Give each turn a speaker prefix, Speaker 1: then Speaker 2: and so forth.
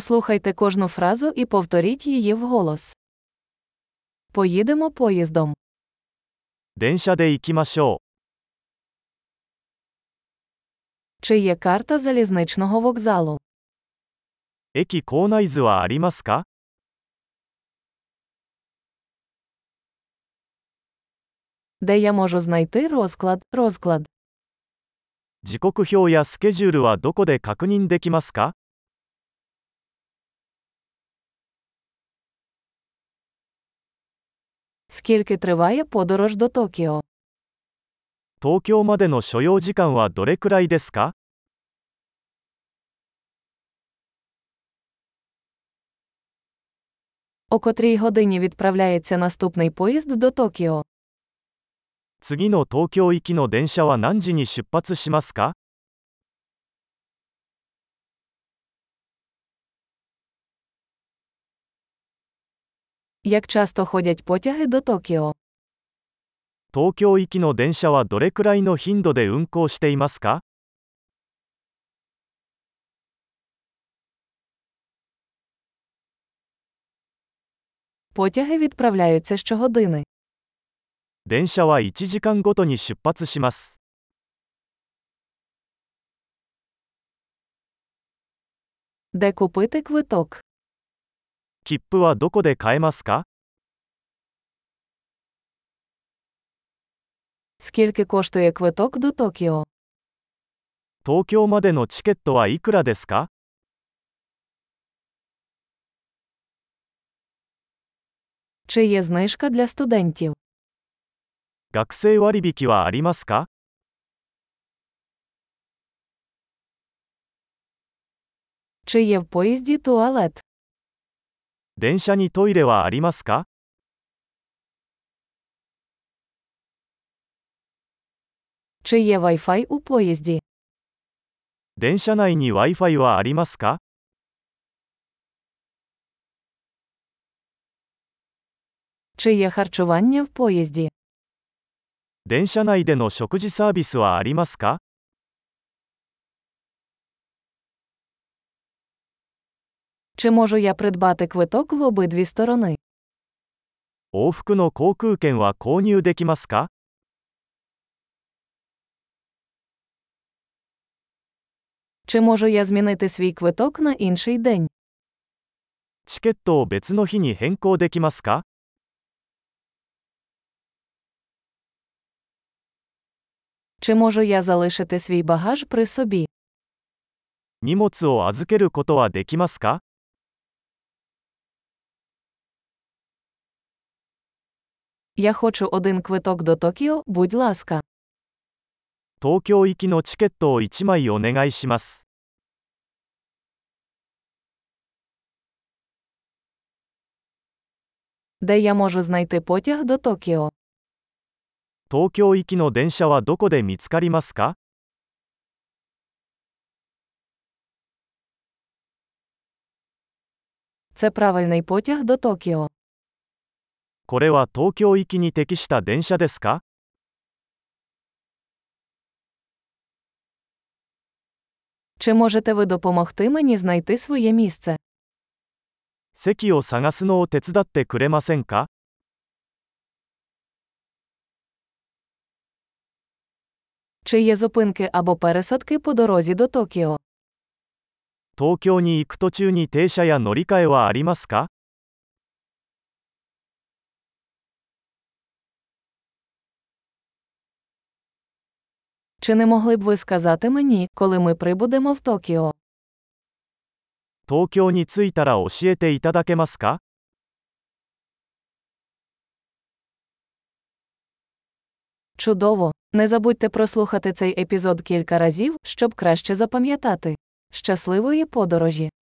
Speaker 1: Послухайте кожну фразу і повторіть її вголос. Поїдемо поїздом.
Speaker 2: 電車で行きましょ
Speaker 1: Чи є карта залізничного вокзалу?
Speaker 2: う。駅構内図はありますか
Speaker 1: Де я можу знайти розклад, розклад?
Speaker 2: 時刻表やスケジュールはどこで確認できますか
Speaker 1: Скільки триває подорож до Токіо?
Speaker 2: 東京までの所要時間はどれくらいですか
Speaker 1: О котрій годині відправляється наступний поїзд до Токіо?
Speaker 2: 次の東京行きの電車は何時に出発しますか
Speaker 1: Як часто ходять потяги до Токіо?
Speaker 2: 東京行きの電車はどれくらいの頻度で運行していますか
Speaker 1: Потяги відправляються щогодини.
Speaker 2: 電車は1時間ごとに出発します。
Speaker 1: Де купити квиток?
Speaker 2: 切符はどこで買えますか
Speaker 1: Скільки коштує квиток до Токіо?
Speaker 2: 東京までのチケットはいくらですか
Speaker 1: Чи є знижка для студентів?
Speaker 2: 学生割引はありますか
Speaker 1: Чи є в поїзді туалет?
Speaker 2: 電車にトイレはありますか
Speaker 1: Чи є Wi-Fi у поїзді?
Speaker 2: 電車内に Wi-Fi はありますか
Speaker 1: Чи є харчування в поїзді?
Speaker 2: 電車内での食事サービスはありますか
Speaker 1: Чи можу я придбати квиток в обидві сторони?
Speaker 2: 往復の航空券は購入できますか
Speaker 1: Чи можу я змінити свій квиток на інший день?
Speaker 2: チケットを別の日に変更できますか
Speaker 1: Чи можу я залишити свій багаж при собі?
Speaker 2: 荷物を預けることはできますか
Speaker 1: Я хочу один квиток до Токіо, будь ласка.
Speaker 2: 東京行きのチケットを1枚お願いします。
Speaker 1: Де я можу знайти потяг до Токіо?
Speaker 2: 東京行きの電車はどこで見つかりますか
Speaker 1: Це правильний потяг до Токіо.
Speaker 2: これは東京行きに適した電車ですか
Speaker 1: Чи можете ви допомогти мені знайти своє місце?
Speaker 2: 席を探すのを手伝ってくれませんか
Speaker 1: Чи є зупинки або пересадки по дорозі до Токіо?
Speaker 2: 東京に行く途中に停車や乗り換えはありますか
Speaker 1: Чи не могли б ви сказати мені, коли ми прибудемо в Токіо?
Speaker 2: 東京に着いたら教えていただけますか
Speaker 1: Чудово! Не забудьте прослухати цей епізод кілька разів, щоб краще запам'ятати. Щасливої подорожі!